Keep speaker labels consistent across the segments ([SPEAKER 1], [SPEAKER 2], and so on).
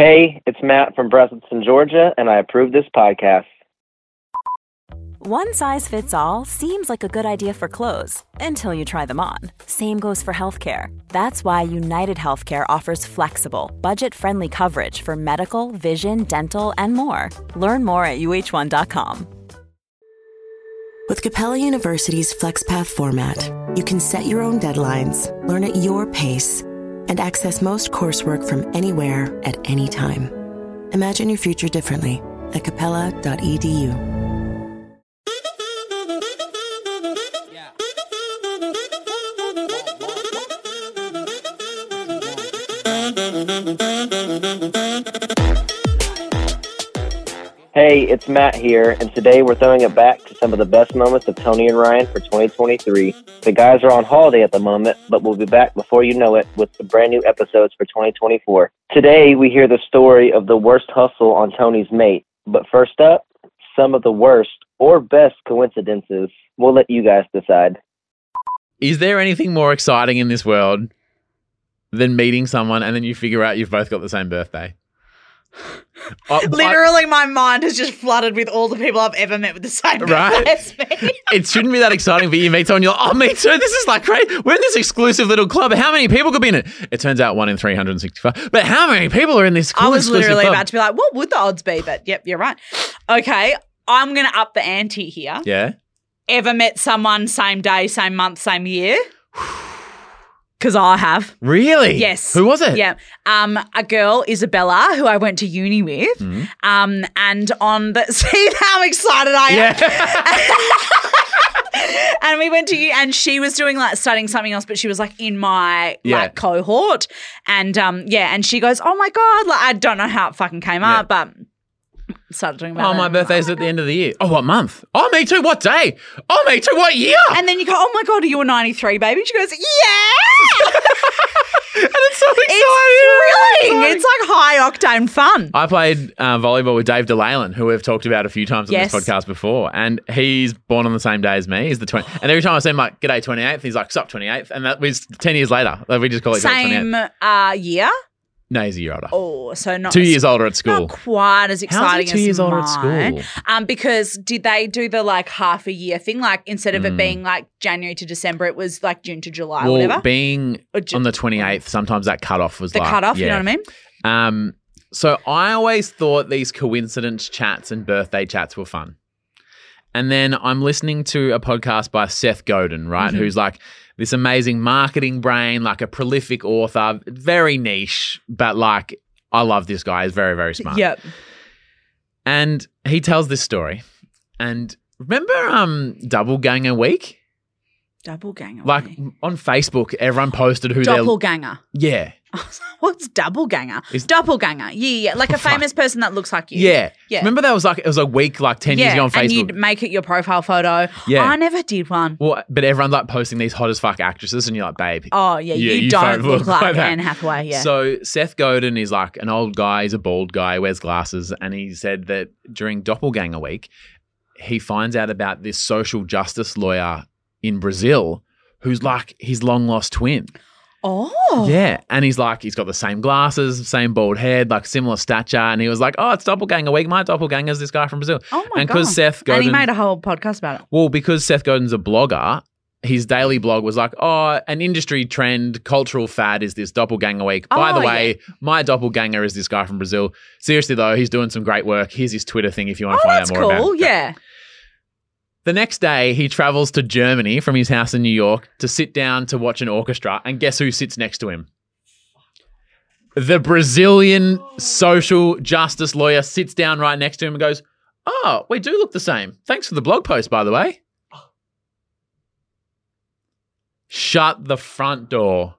[SPEAKER 1] Hey, it's Matt from Breathleston, Georgia, and I approve this podcast.
[SPEAKER 2] One size fits all seems like a good idea for clothes until you try them on. Same goes for healthcare. That's why United Healthcare offers flexible, budget friendly coverage for medical, vision, dental, and more. Learn more at uh1.com.
[SPEAKER 3] With Capella University's FlexPath format, you can set your own deadlines, learn at your pace, and access most coursework from anywhere at any time. Imagine your future differently at E capella.edu.
[SPEAKER 1] Hey, it's Matt here, and today we're throwing it back to some of the best moments of Tony and Ryan for 2023. The guys are on holiday at the moment, but we'll be back before you know it with the brand new episodes for 2024. Today we hear the story of the worst hustle on Tony's mate, but first up, some of the worst or best coincidences. We'll let you guys decide.
[SPEAKER 4] Is there anything more exciting in this world than meeting someone and then you figure out you've both got the same birthday? Uh, I-
[SPEAKER 5] Literally, my mind is just flooded with all the people I've ever met with the same birthday
[SPEAKER 4] Right.
[SPEAKER 5] as me.
[SPEAKER 4] it shouldn't be that exciting, but you meet someone, you're like, oh, me too. This is like great. We're in this exclusive little club. How many people could be in it? It turns out one in 365. But how many people are in this cool
[SPEAKER 5] I was
[SPEAKER 4] exclusive
[SPEAKER 5] literally
[SPEAKER 4] club?
[SPEAKER 5] about to be like, what would the odds be? But yep, you're right. Okay, I'm going to up the ante here.
[SPEAKER 4] Yeah.
[SPEAKER 5] Ever met someone same day, same month, same year? Because I have.
[SPEAKER 4] Really?
[SPEAKER 5] Yes.
[SPEAKER 4] Who was it?
[SPEAKER 5] Yeah. Um, a girl, Isabella, who I went to uni with.
[SPEAKER 4] Mm-hmm.
[SPEAKER 5] Um, and on the see how excited I am.
[SPEAKER 4] Yeah.
[SPEAKER 5] and we went to you and she was doing like studying something else but she was like in my
[SPEAKER 4] Yeah.
[SPEAKER 5] like cohort and um yeah and she goes oh my god like i don't know how it fucking came up but started talking about
[SPEAKER 4] oh,
[SPEAKER 5] it.
[SPEAKER 4] my birthday's at the end of the year. Oh, what month? Oh, me too. What day? Oh, me too. What year?
[SPEAKER 5] and then you go oh my god are you a 93 baby and she goes yeah
[SPEAKER 4] And it's so exciting.
[SPEAKER 5] it's thrilling it's like high octane fun
[SPEAKER 4] I played uh, volleyball with Dave DeLaylan, who we've talked about a few times on
[SPEAKER 5] Yes.
[SPEAKER 4] this podcast before, and he's born on the same day as me. He's the 20th. And every time I say him, like, "G'day, 28th," he's like, "Sup, 28th," and that was 10 years later. Like, we just call Oh, it
[SPEAKER 5] same
[SPEAKER 4] 28th.
[SPEAKER 5] uh year
[SPEAKER 4] No, he's a year older.
[SPEAKER 5] oh so not
[SPEAKER 4] two years older at school.
[SPEAKER 5] not quite as exciting
[SPEAKER 4] How's he two
[SPEAKER 5] as
[SPEAKER 4] years older at
[SPEAKER 5] mine.
[SPEAKER 4] school?
[SPEAKER 5] Um, because did they do the like half a year thing? Like instead of it being like January to December, it was like June to July,
[SPEAKER 4] Mm. well,
[SPEAKER 5] whatever.
[SPEAKER 4] being
[SPEAKER 5] Or ju-
[SPEAKER 4] on the 28th, sometimes that cutoff was
[SPEAKER 5] the
[SPEAKER 4] like
[SPEAKER 5] cutoff, you know
[SPEAKER 4] yeah.
[SPEAKER 5] what I mean?
[SPEAKER 4] Um, so I always thought these coincidence chats and birthday chats were fun. And then I'm listening to a podcast by Seth Godin, right?
[SPEAKER 5] Mm-hmm.
[SPEAKER 4] Who's like this amazing marketing brain, like a prolific author, very niche, but like I love this guy. He's very, very smart.
[SPEAKER 5] Yep.
[SPEAKER 4] And he tells this story. And remember um Double Ganger Week?
[SPEAKER 5] Doppelganger.
[SPEAKER 4] Like
[SPEAKER 5] mate.
[SPEAKER 4] on Facebook, everyone posted who their
[SPEAKER 5] doppelganger.
[SPEAKER 4] Yeah.
[SPEAKER 5] What's doppelganger?
[SPEAKER 4] Is-
[SPEAKER 5] doppelganger. Yeah, yeah. Like a famous person that looks like you.
[SPEAKER 4] Yeah.
[SPEAKER 5] Yeah.
[SPEAKER 4] Remember that was like it was a week like ten years ago on
[SPEAKER 5] and
[SPEAKER 4] Facebook.
[SPEAKER 5] you'd make it your profile photo.
[SPEAKER 4] Yeah.
[SPEAKER 5] I never did one.
[SPEAKER 4] Well, but everyone's like posting these hot as fuck actresses, and you're like, babe.
[SPEAKER 5] Oh yeah,
[SPEAKER 4] Yeah,
[SPEAKER 5] you,
[SPEAKER 4] you
[SPEAKER 5] don't
[SPEAKER 4] don't
[SPEAKER 5] look,
[SPEAKER 4] look
[SPEAKER 5] like,
[SPEAKER 4] like that.
[SPEAKER 5] Anne Hathaway. Yeah.
[SPEAKER 4] So Seth Godin is like an old guy. He's a bald guy, wears glasses, and he said that during Doppelganger Week, he finds out about this social justice lawyer in Brazil who's like his long lost twin.
[SPEAKER 5] oh.
[SPEAKER 4] Yeah, and he's like, he's got the same glasses, same bald head, like similar stature, and he was like, oh, it's Doppelganger Week. My doppelganger's this guy from Brazil.
[SPEAKER 5] Oh my
[SPEAKER 4] and
[SPEAKER 5] god.
[SPEAKER 4] because Seth
[SPEAKER 5] and
[SPEAKER 4] Godin,
[SPEAKER 5] he made a whole podcast about it.
[SPEAKER 4] Well, because Seth Godin's a blogger, his daily blog was like, oh, an industry trend, cultural fad is this doppelganger week. By
[SPEAKER 5] Oh,
[SPEAKER 4] the way, my doppelganger is this guy from Brazil. Seriously, though, he's doing some great work. Here's his Twitter thing if you want
[SPEAKER 5] Oh,
[SPEAKER 4] to find
[SPEAKER 5] that's
[SPEAKER 4] out more about
[SPEAKER 5] cool.
[SPEAKER 4] it.
[SPEAKER 5] Yeah.
[SPEAKER 4] The next day, he travels to Germany from his house in New York to sit down to watch an orchestra. And guess who sits next to him? The Brazilian social justice lawyer sits down right next to him and goes, Oh, we do look the same. Thanks for the blog post, by the way. Shut the front door.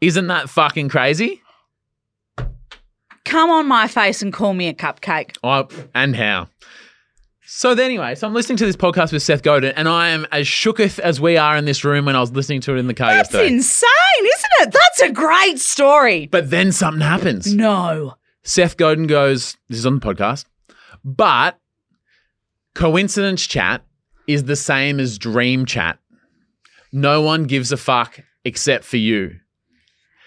[SPEAKER 4] Isn't that fucking crazy?
[SPEAKER 5] Come on my face and call me a cupcake.
[SPEAKER 4] I, and how. So then anyway, so I'm listening to this podcast with Seth Godin, and I am as shooketh as we are in this room when I was listening to it in the car
[SPEAKER 5] That's
[SPEAKER 4] yesterday.
[SPEAKER 5] insane, isn't it? That's a great story.
[SPEAKER 4] but then something happens.
[SPEAKER 5] No.
[SPEAKER 4] Seth Godin goes, This is on the podcast, but coincidence chat is the same as dream chat. No one gives a fuck except for you.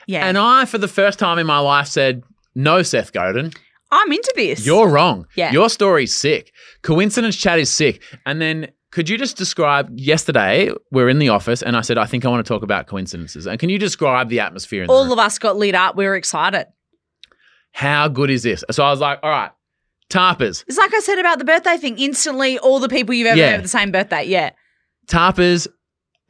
[SPEAKER 5] Yeah.
[SPEAKER 4] And I, for the first time in my life, said, No, Seth Godin.
[SPEAKER 5] I'm into this.
[SPEAKER 4] You're wrong.
[SPEAKER 5] Yeah.
[SPEAKER 4] Your story's sick. Coincidence chat is sick. And then could you just describe yesterday we're in the office and I said, I think I want to talk about coincidences. And can you describe the atmosphere in the
[SPEAKER 5] All
[SPEAKER 4] room?
[SPEAKER 5] of us got lit up. We were excited.
[SPEAKER 4] How good is this? So I was like, all right, tarpers.
[SPEAKER 5] It's like I said about the birthday thing. Instantly, all the people you've ever
[SPEAKER 4] Yeah.
[SPEAKER 5] met have the same birthday. Yeah.
[SPEAKER 4] Tarpers,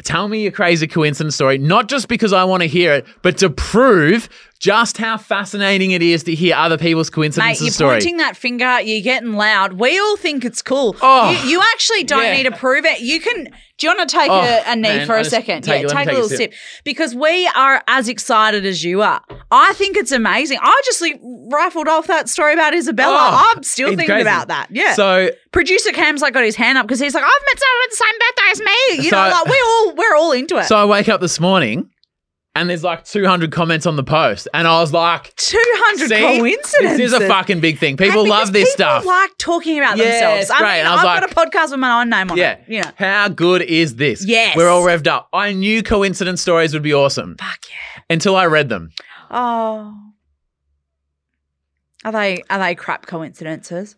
[SPEAKER 4] tell me your crazy coincidence story, not just because I want to hear it, but to prove just how fascinating it is to hear other people's
[SPEAKER 5] Mate,
[SPEAKER 4] coincidences
[SPEAKER 5] you're
[SPEAKER 4] story.
[SPEAKER 5] pointing that finger. You're getting loud. We all think it's cool.
[SPEAKER 4] Oh,
[SPEAKER 5] you, you actually don't
[SPEAKER 4] yeah.
[SPEAKER 5] need to prove it. You can. Do you want to take
[SPEAKER 4] Oh,
[SPEAKER 5] a, a knee
[SPEAKER 4] man,
[SPEAKER 5] for
[SPEAKER 4] I
[SPEAKER 5] a
[SPEAKER 4] just-
[SPEAKER 5] second?
[SPEAKER 4] take
[SPEAKER 5] yeah,
[SPEAKER 4] it, let me
[SPEAKER 5] take a
[SPEAKER 4] take a
[SPEAKER 5] little
[SPEAKER 4] sip.
[SPEAKER 5] sip. because we are as excited as you are. I think it's amazing. I just like, rifled off that story about Isabella.
[SPEAKER 4] Oh,
[SPEAKER 5] I'm still
[SPEAKER 4] it's
[SPEAKER 5] thinking
[SPEAKER 4] crazy.
[SPEAKER 5] about that. Yeah.
[SPEAKER 4] So
[SPEAKER 5] Producer Cam's like got his hand up because he's like, I've met someone with the same birthday as me. You know,
[SPEAKER 4] So-
[SPEAKER 5] like we all we're all into it.
[SPEAKER 4] So I wake up this morning and there's like 200 comments on the post. And I was like,
[SPEAKER 5] Two hundred
[SPEAKER 4] see,
[SPEAKER 5] coincidences.
[SPEAKER 4] this is a fucking big thing.
[SPEAKER 5] And
[SPEAKER 4] People
[SPEAKER 5] because
[SPEAKER 4] love this
[SPEAKER 5] people
[SPEAKER 4] stuff.
[SPEAKER 5] Like talking about
[SPEAKER 4] Yeah,
[SPEAKER 5] themselves.
[SPEAKER 4] it's
[SPEAKER 5] I
[SPEAKER 4] great.
[SPEAKER 5] mean,
[SPEAKER 4] And I was
[SPEAKER 5] I've
[SPEAKER 4] like-
[SPEAKER 5] got a podcast with my own name on
[SPEAKER 4] yeah.
[SPEAKER 5] it. You know.
[SPEAKER 4] How good is this?
[SPEAKER 5] Yes.
[SPEAKER 4] We're all revved up. I knew coincidence stories would be awesome
[SPEAKER 5] Fuck yeah.
[SPEAKER 4] until I read them.
[SPEAKER 5] Oh. Are they are they crap coincidences?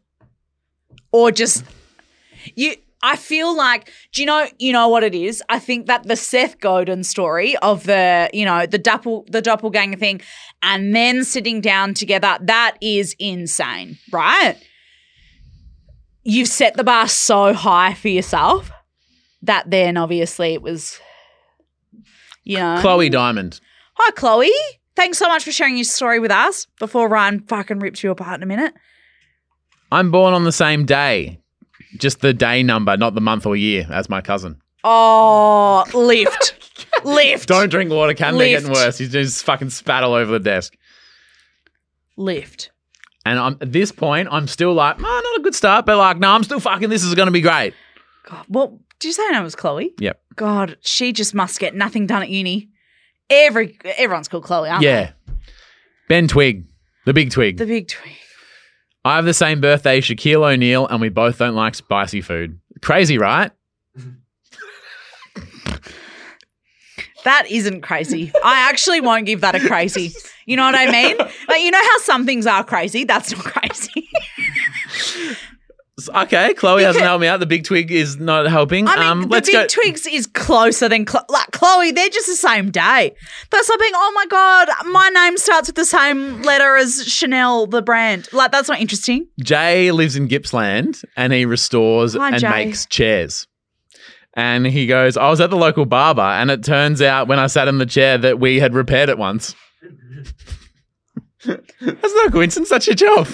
[SPEAKER 5] Or just you I feel like do you know you know what it is? I think that the Seth Godin story of the, you know, the doppel the doppelganger thing and then sitting down together, that is insane, right? You've set the bar so high for yourself that then obviously it was you know
[SPEAKER 4] Chloe Diamond.
[SPEAKER 5] Hi, Chloe. Thanks so much for sharing your story with us before Ryan fucking rips you apart in a minute.
[SPEAKER 4] I'm born on the same day. Just the day number, not the month or year, as my cousin.
[SPEAKER 5] Oh, lift. lift.
[SPEAKER 4] Don't drink water, can they're getting
[SPEAKER 5] Lift.
[SPEAKER 4] worse. He's just fucking spat all over the desk.
[SPEAKER 5] Lift.
[SPEAKER 4] And I'm at this point, I'm still like, oh, not a good start, but like, no, I'm still fucking this is gonna be great.
[SPEAKER 5] God, well, did you say her name was Chloe?
[SPEAKER 4] Yep.
[SPEAKER 5] God, she just must get nothing done at uni. Every Everyone's called Chloe, aren't
[SPEAKER 4] Yeah. Ben Twig, the big twig.
[SPEAKER 5] they? The big twig.
[SPEAKER 4] I have the same birthday as Shaquille O'Neal, and we both don't like spicy food. Crazy, right?
[SPEAKER 5] That isn't crazy. I actually won't give that a crazy. You know what I mean? Like, you know how some things are crazy? That's not crazy.
[SPEAKER 4] S- Okay, Chloe hasn't helped me out. The big twig is not helping.
[SPEAKER 5] I mean,
[SPEAKER 4] um,
[SPEAKER 5] the
[SPEAKER 4] let's
[SPEAKER 5] Big
[SPEAKER 4] go.
[SPEAKER 5] Twigs is closer than Chlo- like Chloe. They're just the same day. That's like being, oh my god, my name starts with the same letter as Chanel, the brand. Like that's not interesting.
[SPEAKER 4] Jay lives in Gippsland, and he restores
[SPEAKER 5] Hi,
[SPEAKER 4] and
[SPEAKER 5] Jay.
[SPEAKER 4] makes chairs. And he goes, I was at the local barber, and it turns out when I sat in the chair that we had repaired it once. That's not a coincidence. That's your job.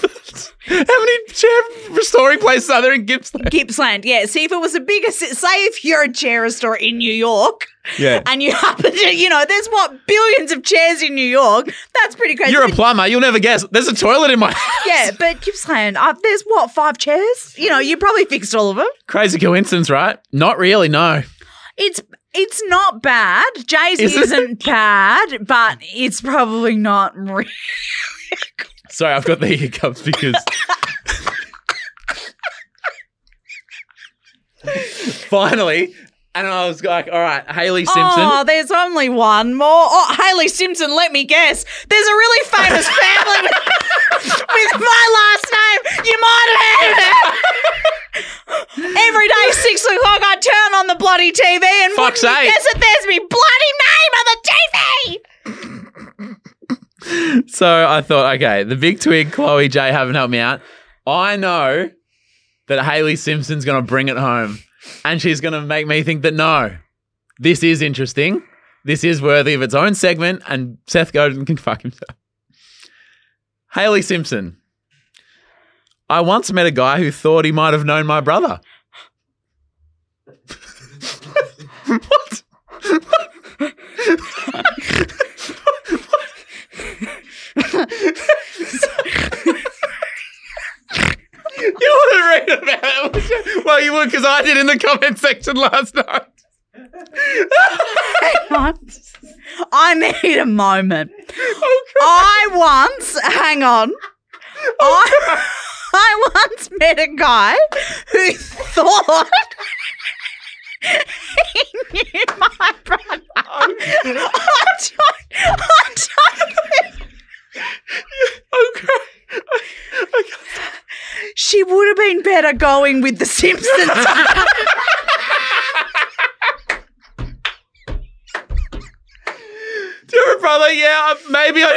[SPEAKER 4] How many chair restoring places are there in Gippsland?
[SPEAKER 5] Gippsland, yeah. See if it was a bigger. ci- Say if you're a chair restorer in New York,
[SPEAKER 4] Yeah.
[SPEAKER 5] and you happen to, you know, there's what billions of chairs in New York. That's pretty crazy.
[SPEAKER 4] You're a
[SPEAKER 5] But-
[SPEAKER 4] plumber. You'll never guess. There's a toilet in my
[SPEAKER 5] yeah, but Gippsland, uh, there's what five chairs? You know, you probably fixed all of them.
[SPEAKER 4] Crazy coincidence, right? Not really, no.
[SPEAKER 5] It's it's not bad. Jay's
[SPEAKER 4] Is it?
[SPEAKER 5] isn't bad, but it's probably not real.
[SPEAKER 4] Sorry, I've got the hiccups because. Finally, and I was like, all right, Haley Simpson.
[SPEAKER 5] Oh, there's only one more. Oh, Haley Simpson, let me guess. There's a really famous family with, with my last name. You might have heard of it. Every day, six o'clock, I turn on the bloody TV and
[SPEAKER 4] Fuck's
[SPEAKER 5] wouldn't you
[SPEAKER 4] sake.
[SPEAKER 5] guess it, there's me bloody name on the TV.
[SPEAKER 4] So I thought, okay, the big twig, Chloe J haven't helped me out. I know that Haley Simpson's going to bring it home and she's going to make me think that no, this is interesting. This is worthy of its own segment and Seth Godin can fuck himself. Haley Simpson. I once met a guy who thought he might have known my brother. what? You want to read about it? Well, you would because I did in the comment section last night.
[SPEAKER 5] I need a moment. I once, hang on. I, I once met a guy who thought he knew my brother. I don't, I don't think
[SPEAKER 4] I'm crying. I can't
[SPEAKER 5] She would have been better going with The Simpsons.
[SPEAKER 4] Dear brother, yeah, I- maybe I.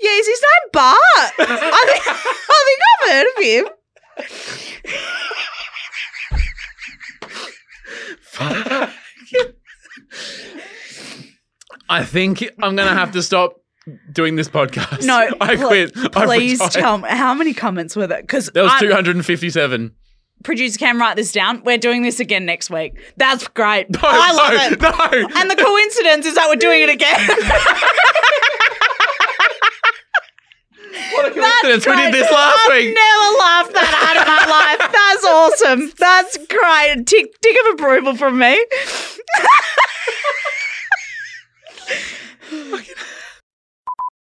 [SPEAKER 5] Yeah, is his name Bart? I think, I think I've heard of him.
[SPEAKER 4] I think I'm gonna have to stop doing this podcast.
[SPEAKER 5] No,
[SPEAKER 4] I
[SPEAKER 5] pl-
[SPEAKER 4] quit. I
[SPEAKER 5] Please
[SPEAKER 4] retired.
[SPEAKER 5] tell me how many comments were there? Because
[SPEAKER 4] There was 257.
[SPEAKER 5] producer Cam, write this down. We're doing this again next week. That's great.
[SPEAKER 4] No,
[SPEAKER 5] I love
[SPEAKER 4] no,
[SPEAKER 5] it.
[SPEAKER 4] No,
[SPEAKER 5] And the coincidence is that we're doing it again.
[SPEAKER 4] what a coincidence! We did
[SPEAKER 5] Great.
[SPEAKER 4] this last
[SPEAKER 5] I've
[SPEAKER 4] week.
[SPEAKER 5] Never laughed that hard in my life. That's awesome. That's great. Tick tick of approval from me.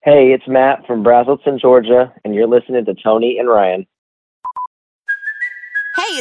[SPEAKER 1] Hey, it's Matt from Brazelton, Georgia, and you're listening to Tony and Ryan.
[SPEAKER 6] Hey,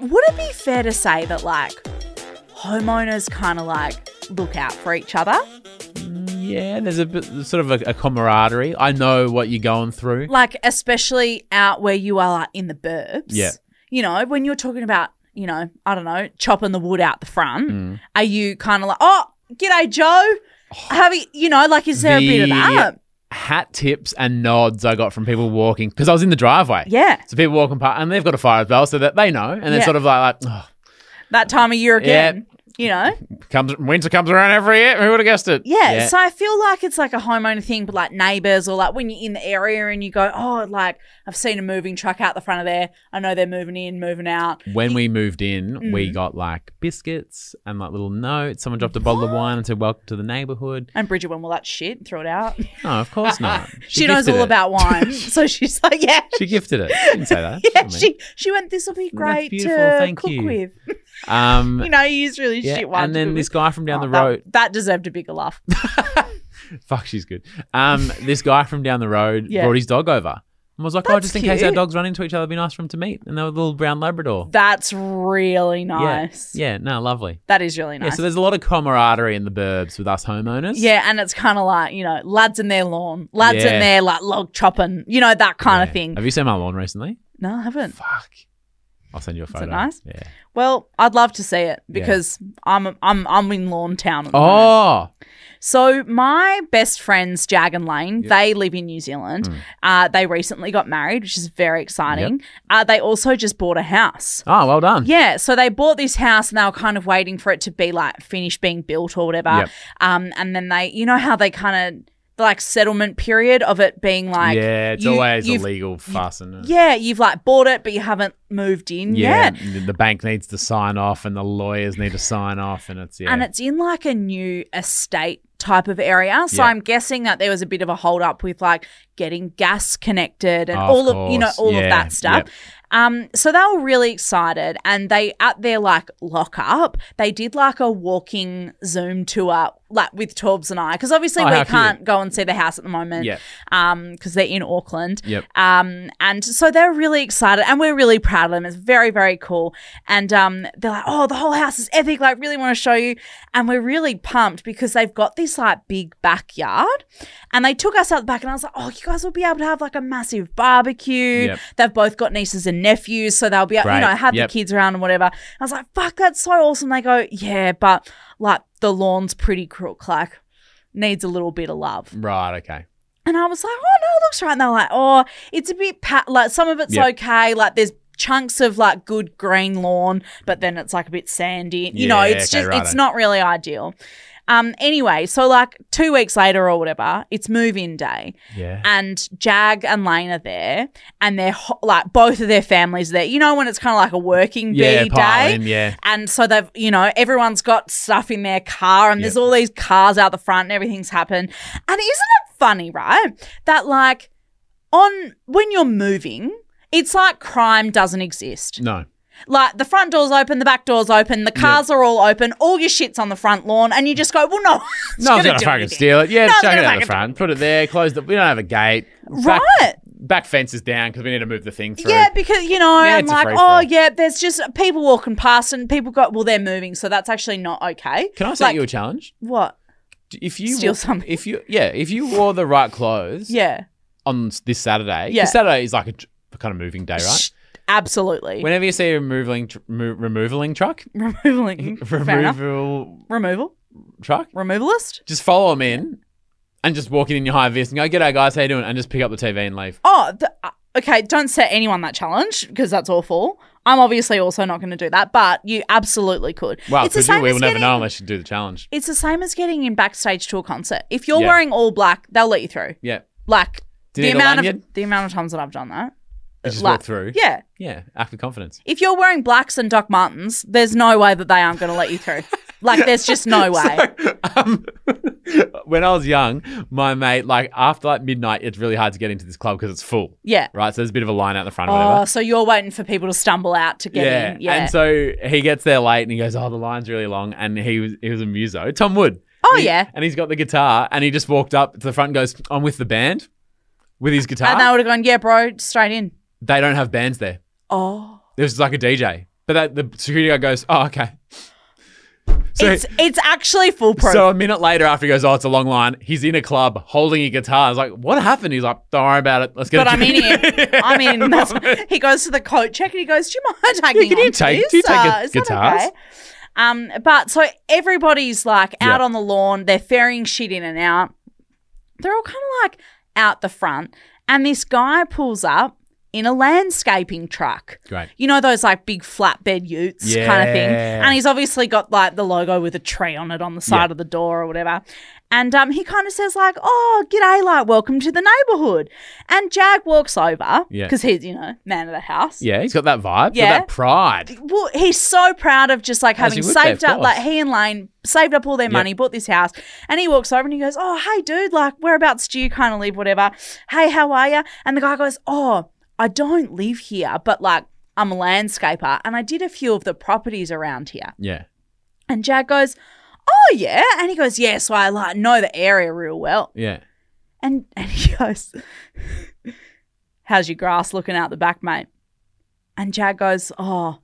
[SPEAKER 5] Would it be fair to say that like homeowners kind of like look out for each other?
[SPEAKER 4] Yeah, there's a bit, sort of a, a camaraderie. I know what you're going through.
[SPEAKER 5] like especially out where you are like in the burbs.
[SPEAKER 4] Yeah.
[SPEAKER 5] You know, when you're talking about, you know, I don't know, chopping the wood out the front,
[SPEAKER 4] Mm.
[SPEAKER 5] are you kind of like, oh, g'day, Joe? Have you, you know, like, is there a bit of
[SPEAKER 4] Oh, The-
[SPEAKER 5] that?
[SPEAKER 4] Hat tips and nods I got from people walking because I was in the driveway.
[SPEAKER 5] Yeah.
[SPEAKER 4] So people walking past and they've got a fire as well, so that they know, and they're
[SPEAKER 5] Yeah.
[SPEAKER 4] sort of like, like oh,
[SPEAKER 5] That time of year again, you know?
[SPEAKER 4] comes winter comes around every year. Who would have guessed it?
[SPEAKER 5] Yeah, So I feel like it's like a homeowner thing, but like neighbors or like when you're in the area and you go, oh, like I've seen a moving truck out the front of there. I know they're moving in, moving out.
[SPEAKER 4] when we moved in,
[SPEAKER 5] Mm.
[SPEAKER 4] we got like biscuits and like little notes. Someone dropped a bottle of wine and said, "Welcome to the neighborhood."
[SPEAKER 5] And Bridget went, well, that shit, and threw it out.
[SPEAKER 4] No, of course not.
[SPEAKER 5] Uh-uh. She, knows
[SPEAKER 4] gifted
[SPEAKER 5] all
[SPEAKER 4] it.
[SPEAKER 5] about wine. so she's like, yeah,
[SPEAKER 4] She gifted it. She didn't say that. I
[SPEAKER 5] yeah,
[SPEAKER 4] mean,
[SPEAKER 5] she she went. This will be
[SPEAKER 4] That's
[SPEAKER 5] great to
[SPEAKER 4] beautiful, thank
[SPEAKER 5] cook
[SPEAKER 4] you."
[SPEAKER 5] with.
[SPEAKER 4] Um,
[SPEAKER 5] You know, you use really
[SPEAKER 4] yeah,
[SPEAKER 5] shit one.
[SPEAKER 4] and
[SPEAKER 5] to
[SPEAKER 4] then
[SPEAKER 5] cook
[SPEAKER 4] this
[SPEAKER 5] with.
[SPEAKER 4] guy from down
[SPEAKER 5] Oh,
[SPEAKER 4] the
[SPEAKER 5] that-
[SPEAKER 4] road.
[SPEAKER 5] That, deserved a bigger laugh.
[SPEAKER 4] Fuck, she's good. Um, this guy from down the road
[SPEAKER 5] Yeah.
[SPEAKER 4] brought his dog over and was like, "Oh,
[SPEAKER 5] That's
[SPEAKER 4] just in case our
[SPEAKER 5] cute.
[SPEAKER 4] dogs run into each other, it'd be nice for them to meet." And they were little brown Labrador.
[SPEAKER 5] That's really nice.
[SPEAKER 4] Yeah, yeah, no, lovely.
[SPEAKER 5] That is really
[SPEAKER 4] Yeah,
[SPEAKER 5] nice.
[SPEAKER 4] so
[SPEAKER 5] Yeah,
[SPEAKER 4] there's a lot of camaraderie in the burbs with us homeowners.
[SPEAKER 5] and it's kind of like you know, lads in their lawn, lads
[SPEAKER 4] Yeah.
[SPEAKER 5] in their like log chopping, you know, that kind
[SPEAKER 4] Yeah.
[SPEAKER 5] of thing.
[SPEAKER 4] Have you seen my lawn recently?
[SPEAKER 5] no, I haven't.
[SPEAKER 4] Fuck. I'll send you a photo.
[SPEAKER 5] nice?
[SPEAKER 4] Yeah.
[SPEAKER 5] Well, I'd love to see it because I'm I'm I'm in lawn town. at the moment.
[SPEAKER 4] Oh,
[SPEAKER 5] So my best friends, Jag and Lane, they live in New Zealand.
[SPEAKER 4] Mm.
[SPEAKER 5] Uh, they recently got married, which is very exciting. Uh, they also just bought a house.
[SPEAKER 4] oh, well done.
[SPEAKER 5] Yeah, so they bought this house and they were kind of waiting for it to be like finished being built or whatever.
[SPEAKER 4] Yep.
[SPEAKER 5] Um, and then they, you know how they kind of like settlement period of it being like,
[SPEAKER 4] yeah, it's
[SPEAKER 5] you-
[SPEAKER 4] always
[SPEAKER 5] you've-
[SPEAKER 4] a legal fuss and uh,
[SPEAKER 5] Yeah, you've like bought it, but you haven't moved in
[SPEAKER 4] yeah,
[SPEAKER 5] yet.
[SPEAKER 4] and The bank needs to sign off, and the lawyers need to sign off, and it's yeah.
[SPEAKER 5] and it's in like a new estate type of area. So
[SPEAKER 4] Yeah.
[SPEAKER 5] I'm guessing that there was a bit of a hold up with like getting gas connected and
[SPEAKER 4] Of
[SPEAKER 5] all of you know
[SPEAKER 4] Oh, course.
[SPEAKER 5] all of
[SPEAKER 4] Yeah.
[SPEAKER 5] that stuff.
[SPEAKER 4] Yep.
[SPEAKER 5] Um, so they were really excited, and they at their like lockup, they did like a walking Zoom tour, like with Torbs and I, because obviously
[SPEAKER 4] Oh,
[SPEAKER 5] we
[SPEAKER 4] how cute.
[SPEAKER 5] can't go and see the house at the moment,
[SPEAKER 4] Yeah.
[SPEAKER 5] um, because they're in Auckland,
[SPEAKER 4] Yep.
[SPEAKER 5] um, and so they're really excited, and we're really proud of them. It's very very cool, and um, they're like, oh, the whole house is epic. Like, really want to show you, and we're really pumped because they've got this like big backyard, and they took us out the back, and I was like, oh, you guys will be able to have like a massive barbecue.
[SPEAKER 4] Yep.
[SPEAKER 5] They've both got nieces and nephews, so they'll be able,
[SPEAKER 4] Great.
[SPEAKER 5] you know, have
[SPEAKER 4] Yep.
[SPEAKER 5] the kids around and whatever. And I was like, fuck, that's so awesome. They go, yeah, but like the lawn's pretty crook, like needs a little bit of love.
[SPEAKER 4] Right. Okay.
[SPEAKER 5] And I was like, oh no, it looks right. And they're like, oh, it's a bit pat. Like some of it's
[SPEAKER 4] Yep.
[SPEAKER 5] okay. Like there's chunks of like good green lawn, but then it's like a bit sandy. You know,
[SPEAKER 4] Yeah,
[SPEAKER 5] it's
[SPEAKER 4] okay,
[SPEAKER 5] just
[SPEAKER 4] righto.
[SPEAKER 5] it's not really ideal. Um. Anyway, so like two weeks later or whatever, it's move-in day,
[SPEAKER 4] Yeah.
[SPEAKER 5] and Jag and Lane are there, and they're ho- like both of their families are there. You know, when it's kind of like a working
[SPEAKER 4] yeah.
[SPEAKER 5] bee
[SPEAKER 4] pile
[SPEAKER 5] day.
[SPEAKER 4] in, yeah.
[SPEAKER 5] And so they've, you know, everyone's got stuff in their car and there's
[SPEAKER 4] Yep.
[SPEAKER 5] all these cars out the front and everything's happened. And isn't it funny, right? That like on when you're moving, it's like crime doesn't exist.
[SPEAKER 4] No.
[SPEAKER 5] Like the front door's open, the back door's open, the cars are all open, all your shit's on the front lawn, and you just go, well, no, it's
[SPEAKER 4] No one's
[SPEAKER 5] gonna
[SPEAKER 4] gonna
[SPEAKER 5] do
[SPEAKER 4] fucking
[SPEAKER 5] anything.
[SPEAKER 4] steal it. Yeah,
[SPEAKER 5] No
[SPEAKER 4] just
[SPEAKER 5] one's
[SPEAKER 4] chuck it
[SPEAKER 5] gonna
[SPEAKER 4] out the
[SPEAKER 5] fucking-
[SPEAKER 4] front, put it there, close the. We don't have a gate. Back-
[SPEAKER 5] Right.
[SPEAKER 4] Back fence is down because we need to move the thing through.
[SPEAKER 5] Yeah, because you know,
[SPEAKER 4] Yeah,
[SPEAKER 5] I'm
[SPEAKER 4] it's a
[SPEAKER 5] like,
[SPEAKER 4] free
[SPEAKER 5] oh
[SPEAKER 4] for all."
[SPEAKER 5] yeah, there's just people walking past and people got well, they're moving, so that's actually not okay.
[SPEAKER 4] Can I set
[SPEAKER 5] Like,
[SPEAKER 4] you a challenge?
[SPEAKER 5] what?
[SPEAKER 4] If you
[SPEAKER 5] Steal
[SPEAKER 4] wa-
[SPEAKER 5] something.
[SPEAKER 4] if you yeah, if you wore the right clothes
[SPEAKER 5] Yeah,
[SPEAKER 4] on s- this Saturday, 'cause
[SPEAKER 5] Yeah.
[SPEAKER 4] Saturday is like a, tr- kind of moving day, right?
[SPEAKER 5] absolutely.
[SPEAKER 4] Whenever you see a removaling tr- mo- removaling truck,
[SPEAKER 5] Removaling. Fair enough.
[SPEAKER 4] removal
[SPEAKER 5] Removal.
[SPEAKER 4] truck,
[SPEAKER 5] Removalist.
[SPEAKER 4] just follow them in, and just walk in in your high vis and go, "G'day guys, how you doing?" And just pick up the TV and leave.
[SPEAKER 5] Oh, th- uh, okay. Don't set anyone that challenge because that's awful. I'm obviously also not going to do that, but you absolutely could.
[SPEAKER 4] Wow,
[SPEAKER 5] it's the
[SPEAKER 4] because
[SPEAKER 5] same
[SPEAKER 4] we
[SPEAKER 5] as
[SPEAKER 4] will never
[SPEAKER 5] getting,
[SPEAKER 4] know unless you do the challenge.
[SPEAKER 5] It's the same as getting in backstage to a concert. If you're
[SPEAKER 4] Yeah.
[SPEAKER 5] wearing all black, they'll let you through.
[SPEAKER 4] Yeah,
[SPEAKER 5] Like
[SPEAKER 4] Do
[SPEAKER 5] the
[SPEAKER 4] you need a
[SPEAKER 5] amount of
[SPEAKER 4] lanyard?
[SPEAKER 5] the amount of times that I've done that.
[SPEAKER 4] And just
[SPEAKER 5] Like-
[SPEAKER 4] walk through.
[SPEAKER 5] Yeah.
[SPEAKER 4] yeah, act with confidence.
[SPEAKER 5] If you're wearing blacks and Doc Martens, there's no way that they aren't going to let you through. like, there's just no way.
[SPEAKER 4] um, when I was young, my mate, like after like midnight, it's really hard to get into this club because it's full.
[SPEAKER 5] yeah.
[SPEAKER 4] Right, so there's a bit of a line out the front. Or
[SPEAKER 5] Oh,
[SPEAKER 4] whatever.
[SPEAKER 5] so you're waiting for people to stumble out to get
[SPEAKER 4] yeah.
[SPEAKER 5] in. Yeah.
[SPEAKER 4] and so he gets there late and he goes, "Oh, the line's really long." And he was he was a muso, Tom Wood.
[SPEAKER 5] Oh,
[SPEAKER 4] And he-
[SPEAKER 5] yeah.
[SPEAKER 4] and he's got the guitar, and he just walked up to the front and goes, "I'm with the band," with his guitar.
[SPEAKER 5] and they would have gone, yeah, bro, straight in.
[SPEAKER 4] they don't have bands there.
[SPEAKER 5] Oh.
[SPEAKER 4] There's like a DJ, but that, the security guard goes, "Oh, okay." So
[SPEAKER 5] it's it's actually foolproof.
[SPEAKER 4] So a minute later, after he goes, oh, it's a long line. He's in a club holding a guitar. I was like, what happened? He's like, don't worry about it. Let's get.
[SPEAKER 5] but
[SPEAKER 4] a
[SPEAKER 5] I'm in
[SPEAKER 4] drink."
[SPEAKER 5] it. I'm in. That's, he goes to the coat check and he goes, "Do you mind taking?
[SPEAKER 4] can you
[SPEAKER 5] on,
[SPEAKER 4] take-
[SPEAKER 5] please?
[SPEAKER 4] do you take
[SPEAKER 5] Uh,
[SPEAKER 4] gu-
[SPEAKER 5] is that
[SPEAKER 4] guitars?"
[SPEAKER 5] okay? Um, but so everybody's like out
[SPEAKER 4] Yeah.
[SPEAKER 5] on the lawn. They're ferrying shit in and out. They're all kind of like out the front, and this guy pulls up in a landscaping truck.
[SPEAKER 4] Great.
[SPEAKER 5] You know those like big flatbed utes kind of thing.
[SPEAKER 4] Yeah.
[SPEAKER 5] And he's obviously got like the logo with a tree on it on the side of the door or whatever. And um, he kind of says like, "Oh, g'day, like welcome to the neighborhood." And Jag walks over
[SPEAKER 4] Yeah.
[SPEAKER 5] because he's you know man of the house.
[SPEAKER 4] Yeah, he's got that vibe. Yeah,
[SPEAKER 5] Yeah.
[SPEAKER 4] that pride.
[SPEAKER 5] Well, he's so proud of just like
[SPEAKER 4] As
[SPEAKER 5] having
[SPEAKER 4] he would be, of
[SPEAKER 5] saved up,
[SPEAKER 4] course.
[SPEAKER 5] like he and Lane saved up all their money, bought this house, and he walks over and he goes, "Oh, hey, dude, like whereabouts do you kind of live? Whatever. Hey, how are you?" And the guy goes, "Oh, I don't live here, but like I'm a landscaper, and I did a few of the properties around here."
[SPEAKER 4] Yeah,
[SPEAKER 5] And Jack goes, "Oh yeah," and he goes, "Yeah, so I like know the area real well."
[SPEAKER 4] yeah.
[SPEAKER 5] And and he goes, "How's your grass looking out the back, mate?" And Jack goes, "Oh,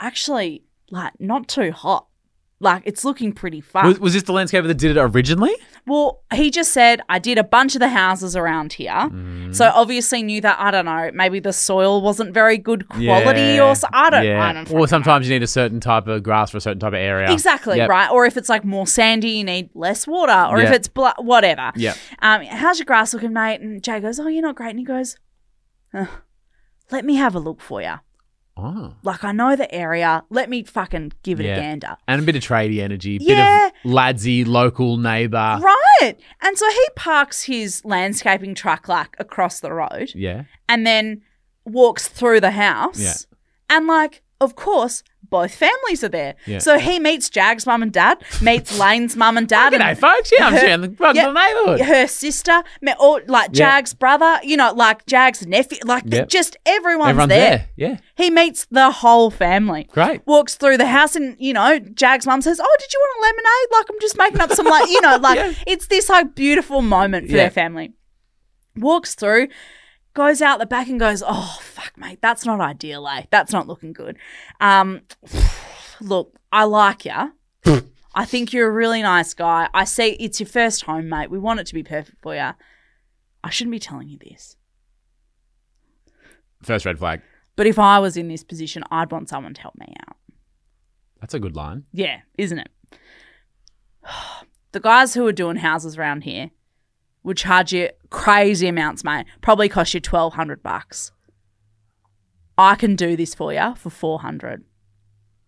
[SPEAKER 5] actually, like not too hot. Like it's looking pretty fun."
[SPEAKER 4] Was, was this the landscaper that did it originally?
[SPEAKER 5] well, he just said, "I did a bunch of the houses around here."
[SPEAKER 4] Mm.
[SPEAKER 5] So obviously knew that I don't know maybe the soil wasn't very good quality or so I don't I don't
[SPEAKER 4] Well, sometimes you need a certain type of grass for a certain type of area.
[SPEAKER 5] Exactly,
[SPEAKER 4] Yep.
[SPEAKER 5] right? Or if it's like more sandy, you need less water, or if
[SPEAKER 4] Yeah.
[SPEAKER 5] it's bla- whatever.
[SPEAKER 4] Yep.
[SPEAKER 5] Um, how's your grass looking, mate? And Jay goes, Oh, you're not great. And he goes, "Huh, Let me have a look for you.
[SPEAKER 4] Oh.
[SPEAKER 5] Like, I know the area. Let me fucking give it
[SPEAKER 4] Yeah.
[SPEAKER 5] a gander.
[SPEAKER 4] And a bit of tradie energy,
[SPEAKER 5] Yeah.
[SPEAKER 4] bit of ladsy, local neighbour.
[SPEAKER 5] Right. And so he parks his landscaping truck like across the road
[SPEAKER 4] Yeah.
[SPEAKER 5] and then walks through the house.
[SPEAKER 4] Yeah.
[SPEAKER 5] And like, of course, both families are there.
[SPEAKER 4] Yeah.
[SPEAKER 5] So he meets Jag's mum and dad, meets Lane's mum and dad.
[SPEAKER 4] G'day,
[SPEAKER 5] and
[SPEAKER 4] folks. Yeah, I'm
[SPEAKER 5] her-
[SPEAKER 4] sharing the, welcome to the neighborhood.
[SPEAKER 5] Her sister, me- or like
[SPEAKER 4] Yeah.
[SPEAKER 5] Jag's brother, you know, like Jag's nephew, like the-
[SPEAKER 4] Yep.
[SPEAKER 5] just everyone's,
[SPEAKER 4] Everyone's
[SPEAKER 5] there.
[SPEAKER 4] there. Yeah.
[SPEAKER 5] He meets the whole family.
[SPEAKER 4] Great.
[SPEAKER 5] Walks through the house and, you know, Jag's mum says, Oh, did you want a lemonade? Like, I'm just making up some, like, you know, like, it's this, like, beautiful moment for
[SPEAKER 4] Yeah.
[SPEAKER 5] their family. Walks through, goes out the back and goes, Oh, fuck, mate, that's not ideal, eh? That's not looking good. Um, look, I like ya. I think you're a really nice guy. I see it's your first home, mate. We want it to be perfect for ya. I shouldn't be telling you this.
[SPEAKER 4] First red flag.
[SPEAKER 5] But if I was in this position, I'd want someone to help me out.
[SPEAKER 4] That's a good line.
[SPEAKER 5] Yeah, isn't it? The guys who are doing houses around here would charge you crazy amounts, mate. Probably cost you twelve hundred bucks. I can do this for you for four hundred.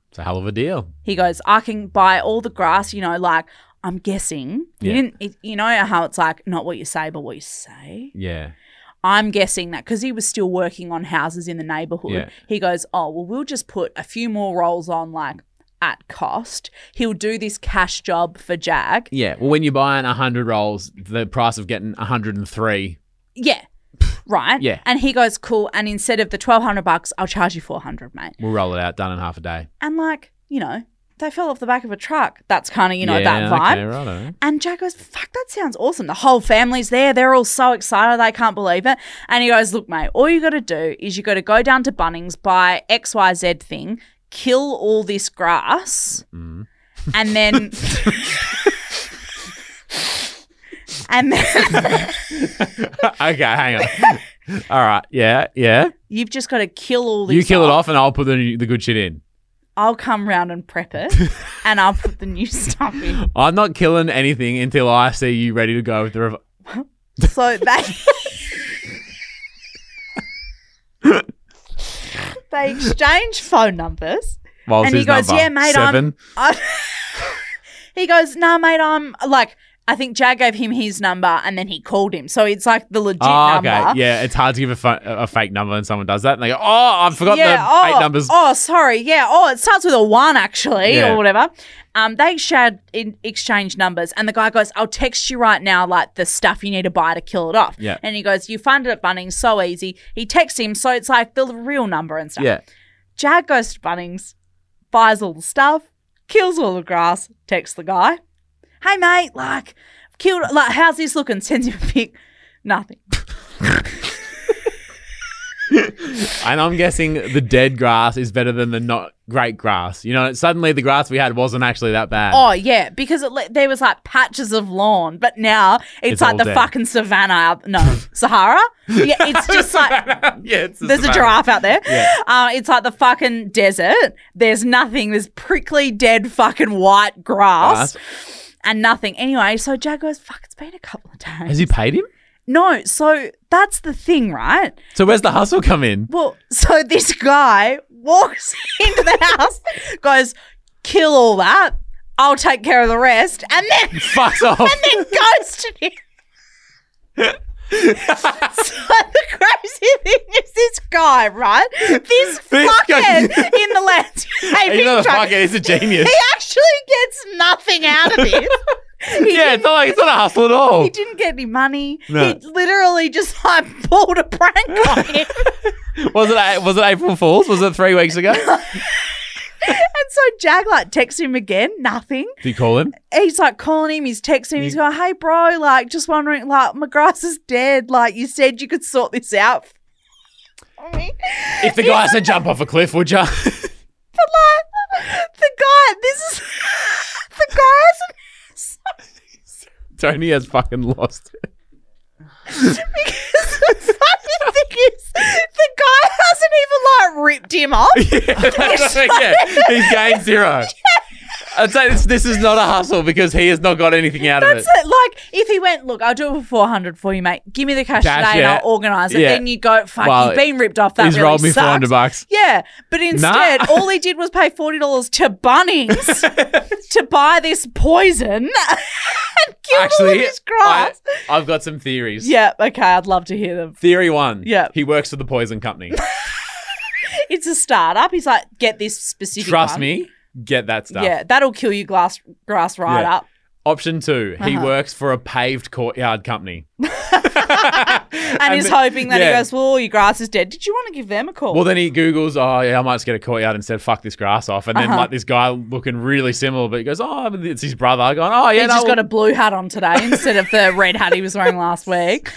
[SPEAKER 4] It's a hell of a deal.
[SPEAKER 5] He goes, I can buy all the grass, you know, like I'm guessing.
[SPEAKER 4] Yeah.
[SPEAKER 5] You didn't, it, you know how it's like not what you say, but what you say.
[SPEAKER 4] Yeah.
[SPEAKER 5] I'm guessing that because he was still working on houses in the neighborhood,
[SPEAKER 4] Yeah.
[SPEAKER 5] he goes, Oh, well, we'll just put a few more rolls on, like at cost. He'll do this cash job for Jag.
[SPEAKER 4] Yeah. Well, when you're buying 100 rolls, the price of getting 103.
[SPEAKER 5] Yeah. Right?
[SPEAKER 4] Yeah.
[SPEAKER 5] And he goes, Cool. And instead of the 1200 bucks, I'll charge you 400, mate.
[SPEAKER 4] We'll roll it out, done in half a day.
[SPEAKER 5] And like, you know, they fell off the back of a truck. That's kind of, you know,
[SPEAKER 4] Yeah,
[SPEAKER 5] that vibe.
[SPEAKER 4] Okay, righto.
[SPEAKER 5] And Jack goes, fuck, that sounds awesome. The whole family's there. They're all so excited. They can't believe it. And he goes, look, mate, all you got to do is you got to go down to Bunnings, buy XYZ thing, kill all this grass,
[SPEAKER 4] Mm-hmm.
[SPEAKER 5] and then. and then
[SPEAKER 4] okay, hang on. All right. Yeah. Yeah.
[SPEAKER 5] you've just got to kill all this.
[SPEAKER 4] You kill it off and I'll put the, the good shit in.
[SPEAKER 5] I'll come round and prep it, and I'll put the new stuff in.
[SPEAKER 4] I'm not killing anything until I see you ready to go with the. Rev-
[SPEAKER 5] So they they exchange phone numbers.
[SPEAKER 4] Well,
[SPEAKER 5] and he goes, "Yeah, mate, I'm-
[SPEAKER 4] 7
[SPEAKER 5] I, he goes, "Nah, mate, I'm like." I think Jag gave him his number, and then he called him. So it's like the legit
[SPEAKER 4] Oh,
[SPEAKER 5] number.
[SPEAKER 4] okay. Yeah, it's hard to give a, fa- a fake number and someone does that. And they go, oh, I forgot the
[SPEAKER 5] oh,
[SPEAKER 4] eight numbers.
[SPEAKER 5] Oh, sorry. Yeah. Oh, it starts with a one actually,
[SPEAKER 4] Yeah.
[SPEAKER 5] or whatever. Um, they shared in exchange numbers, and the guy goes, "I'll text you right now, like the stuff you need to buy to kill it off."
[SPEAKER 4] Yeah.
[SPEAKER 5] And he goes, "You find it at Bunnings, so easy." He texts him, so it's like the real number and stuff.
[SPEAKER 4] Yeah.
[SPEAKER 5] Jag goes to Bunnings, buys all the stuff, kills all the grass, texts the guy, "Hey mate, like, killed, like, how's this looking?" Sends him a pic. Nothing.
[SPEAKER 4] And I'm guessing the dead grass is better than the not great grass. You know, suddenly the grass we had wasn't actually that bad.
[SPEAKER 5] Oh yeah, because it, li- there was like patches of lawn, but now it's,
[SPEAKER 4] It's all
[SPEAKER 5] like the
[SPEAKER 4] dead.
[SPEAKER 5] fucking savannah. Out, no, Sahara. Yeah, it's just like
[SPEAKER 4] yeah, it's
[SPEAKER 5] there's a
[SPEAKER 4] savannah.
[SPEAKER 5] giraffe out there. Uh, it's like the fucking desert. There's nothing. There's prickly dead fucking white grass, and nothing. Anyway, so Jag goes, "Fuck, it's been a couple of days."
[SPEAKER 4] Has he paid him?
[SPEAKER 5] no, so that's the thing, right?
[SPEAKER 4] So where's the hustle come in?
[SPEAKER 5] Well, so this guy walks into the house, goes, "Kill all that. I'll take care of the rest," and then.
[SPEAKER 4] Fucks off.
[SPEAKER 5] and then ghosted him. so the crazy thing is this guy, right? This,
[SPEAKER 4] This guy-
[SPEAKER 5] fuckhead in the landscaping
[SPEAKER 4] you know the
[SPEAKER 5] truck,
[SPEAKER 4] fucker is a genius.
[SPEAKER 5] he actually gets nothing out of this. He
[SPEAKER 4] yeah, it's
[SPEAKER 5] didn't-
[SPEAKER 4] not like it's not a hustle at all.
[SPEAKER 5] he didn't get any money.
[SPEAKER 4] No.
[SPEAKER 5] He literally just like pulled a prank on him.
[SPEAKER 4] Was it was it April Fools? Was it three weeks ago? Did
[SPEAKER 5] and so Jag like texts him again, nothing.
[SPEAKER 4] you call him?
[SPEAKER 5] he's like calling him, he's texting him, he's going, Hey bro, like just wondering, like my grass is dead. Like you said you could sort this out for me.
[SPEAKER 4] If the guy said jump off a cliff, would you?
[SPEAKER 5] But like the guy, this is the guy is
[SPEAKER 4] Tony has fucking lost it.
[SPEAKER 5] because the funny thing is the guy hasn't even like ripped him off.
[SPEAKER 4] yeah, he's gained zero. I'd say this, this is not a hustle because he has not got anything out of it.
[SPEAKER 5] That's it. Like if he went, look, I'll do it for four hundred for you, mate. Give me the cash,
[SPEAKER 4] Cash,
[SPEAKER 5] today,
[SPEAKER 4] yeah.
[SPEAKER 5] and I'll organise it.
[SPEAKER 4] Yeah.
[SPEAKER 5] Then you go, fuck,
[SPEAKER 4] Well,
[SPEAKER 5] you've been ripped off. That
[SPEAKER 4] he's
[SPEAKER 5] really
[SPEAKER 4] rolled me
[SPEAKER 5] sucks.
[SPEAKER 4] 400 bucks.
[SPEAKER 5] Yeah, but instead, all he did was pay forty dollars to Bunnings to buy this poison and kill all of his grass.
[SPEAKER 4] I, have got some theories.
[SPEAKER 5] yeah, okay, I'd love to hear them.
[SPEAKER 4] Theory one.
[SPEAKER 5] Yeah.
[SPEAKER 4] He works for the poison company.
[SPEAKER 5] it's a startup. He's like, get this specific.
[SPEAKER 4] Trust
[SPEAKER 5] one.
[SPEAKER 4] me, get that stuff.
[SPEAKER 5] Yeah, that'll kill you glass grass right
[SPEAKER 4] Yeah.
[SPEAKER 5] up.
[SPEAKER 4] Option 2 he
[SPEAKER 5] Uh-huh.
[SPEAKER 4] works for a paved courtyard company. and,
[SPEAKER 5] And, he's
[SPEAKER 4] the-
[SPEAKER 5] hoping that he
[SPEAKER 4] yeah.
[SPEAKER 5] goes, well, your grass is dead. Did you want to give them a call?
[SPEAKER 4] Well, then he Googles, oh, yeah, I might just get a courtyard and said, fuck this grass off. And then,
[SPEAKER 5] Uh-huh.
[SPEAKER 4] like, this guy looking really similar, but he goes, oh, it's his brother. Going, oh, yeah,
[SPEAKER 5] He's
[SPEAKER 4] no,
[SPEAKER 5] just
[SPEAKER 4] well-
[SPEAKER 5] got a blue hat on today instead of the red hat he was wearing last week.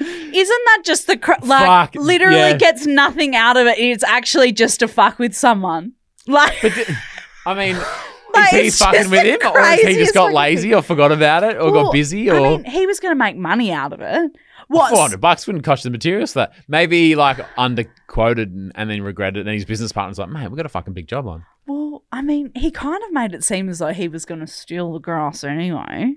[SPEAKER 5] Isn't that just the cr- like?
[SPEAKER 4] Fuck,
[SPEAKER 5] literally
[SPEAKER 4] yeah.
[SPEAKER 5] gets nothing out of it. It's actually just to fuck with someone. Like,
[SPEAKER 4] I mean,
[SPEAKER 5] Like,
[SPEAKER 4] is
[SPEAKER 5] it's
[SPEAKER 4] he fucking
[SPEAKER 5] just
[SPEAKER 4] with
[SPEAKER 5] the
[SPEAKER 4] him, or has he
[SPEAKER 5] craziest
[SPEAKER 4] just got
[SPEAKER 5] fucking
[SPEAKER 4] lazy, or forgot about it, or
[SPEAKER 5] well,
[SPEAKER 4] got busy,
[SPEAKER 5] I
[SPEAKER 4] or
[SPEAKER 5] mean, he was going to make money out of it. What?
[SPEAKER 4] four hundred bucks wouldn't cost the materials for that. Maybe he, like underquoted and, and then regretted, it, and then his business partner's like, "Man, we got a fucking big job on."
[SPEAKER 5] Well, I mean, he kind of made it seem as though he was going to steal the grass anyway,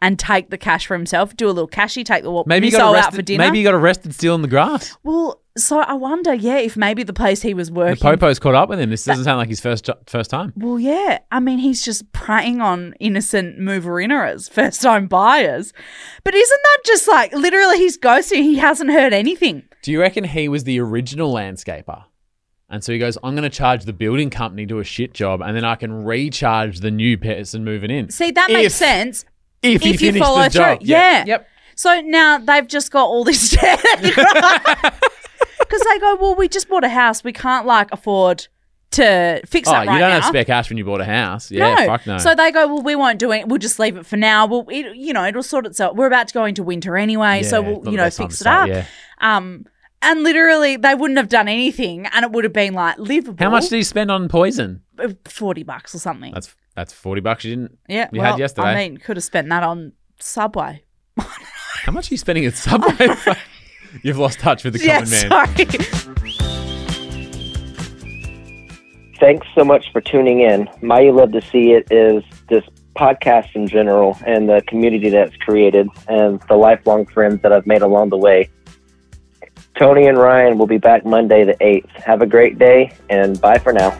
[SPEAKER 5] and take the cash for himself. Do a little cashy, take the what
[SPEAKER 4] Maybe he
[SPEAKER 5] miss
[SPEAKER 4] got
[SPEAKER 5] all
[SPEAKER 4] arrested.
[SPEAKER 5] out for dinner.
[SPEAKER 4] Maybe he got arrested stealing the grass.
[SPEAKER 5] well, so I wonder, yeah, if maybe the place he was
[SPEAKER 4] The
[SPEAKER 5] working
[SPEAKER 4] popo's caught up with him. This doesn't sound like his first jo- first time.
[SPEAKER 5] Well, yeah. I mean, he's just preying on innocent moverinners, first time buyers. But isn't that just like literally he's ghosting? He hasn't heard anything.
[SPEAKER 4] Do you reckon he was the original landscaper? And so he goes, "I'm going to charge the building company to a shit job, and then I can recharge the new person moving in."
[SPEAKER 5] See, that
[SPEAKER 4] If-
[SPEAKER 5] makes sense.
[SPEAKER 4] If, he
[SPEAKER 5] if you
[SPEAKER 4] finished
[SPEAKER 5] follow
[SPEAKER 4] the
[SPEAKER 5] through.
[SPEAKER 4] job,
[SPEAKER 5] Yeah.
[SPEAKER 4] Yep.
[SPEAKER 5] So now they've just got all this debt. Because they go, well, we just bought a house. We can't like afford to fix
[SPEAKER 4] Oh,
[SPEAKER 5] that right
[SPEAKER 4] you don't
[SPEAKER 5] now.
[SPEAKER 4] have spare cash when you bought a house. Yeah,
[SPEAKER 5] no.
[SPEAKER 4] fuck no.
[SPEAKER 5] So they go, well, we won't do it. We'll just leave it for now. Well, it, you know, it'll sort itself. We're about to go into winter anyway, so
[SPEAKER 4] Yeah, not
[SPEAKER 5] we'll,
[SPEAKER 4] the
[SPEAKER 5] you know,
[SPEAKER 4] best time
[SPEAKER 5] fix
[SPEAKER 4] to
[SPEAKER 5] it up.
[SPEAKER 4] start, yeah.
[SPEAKER 5] Um, and literally, they wouldn't have done anything, and it would have been like livable.
[SPEAKER 4] How much did you spend on poison?
[SPEAKER 5] Uh, Forty bucks or something.
[SPEAKER 4] That's that's forty bucks. You didn't.
[SPEAKER 5] yeah,
[SPEAKER 4] you
[SPEAKER 5] well,
[SPEAKER 4] had yesterday.
[SPEAKER 5] I mean, could have spent that on Subway.
[SPEAKER 4] How much are you spending at Subway? You've lost touch with the
[SPEAKER 5] yeah,
[SPEAKER 4] common man.
[SPEAKER 5] sorry.
[SPEAKER 1] Thanks so much for tuning in. My You Love to See It is this podcast in general and the community that's created and the lifelong friends that I've made along the way. Tony and Ryan will be back Monday the 8th. Have a great day and bye for now.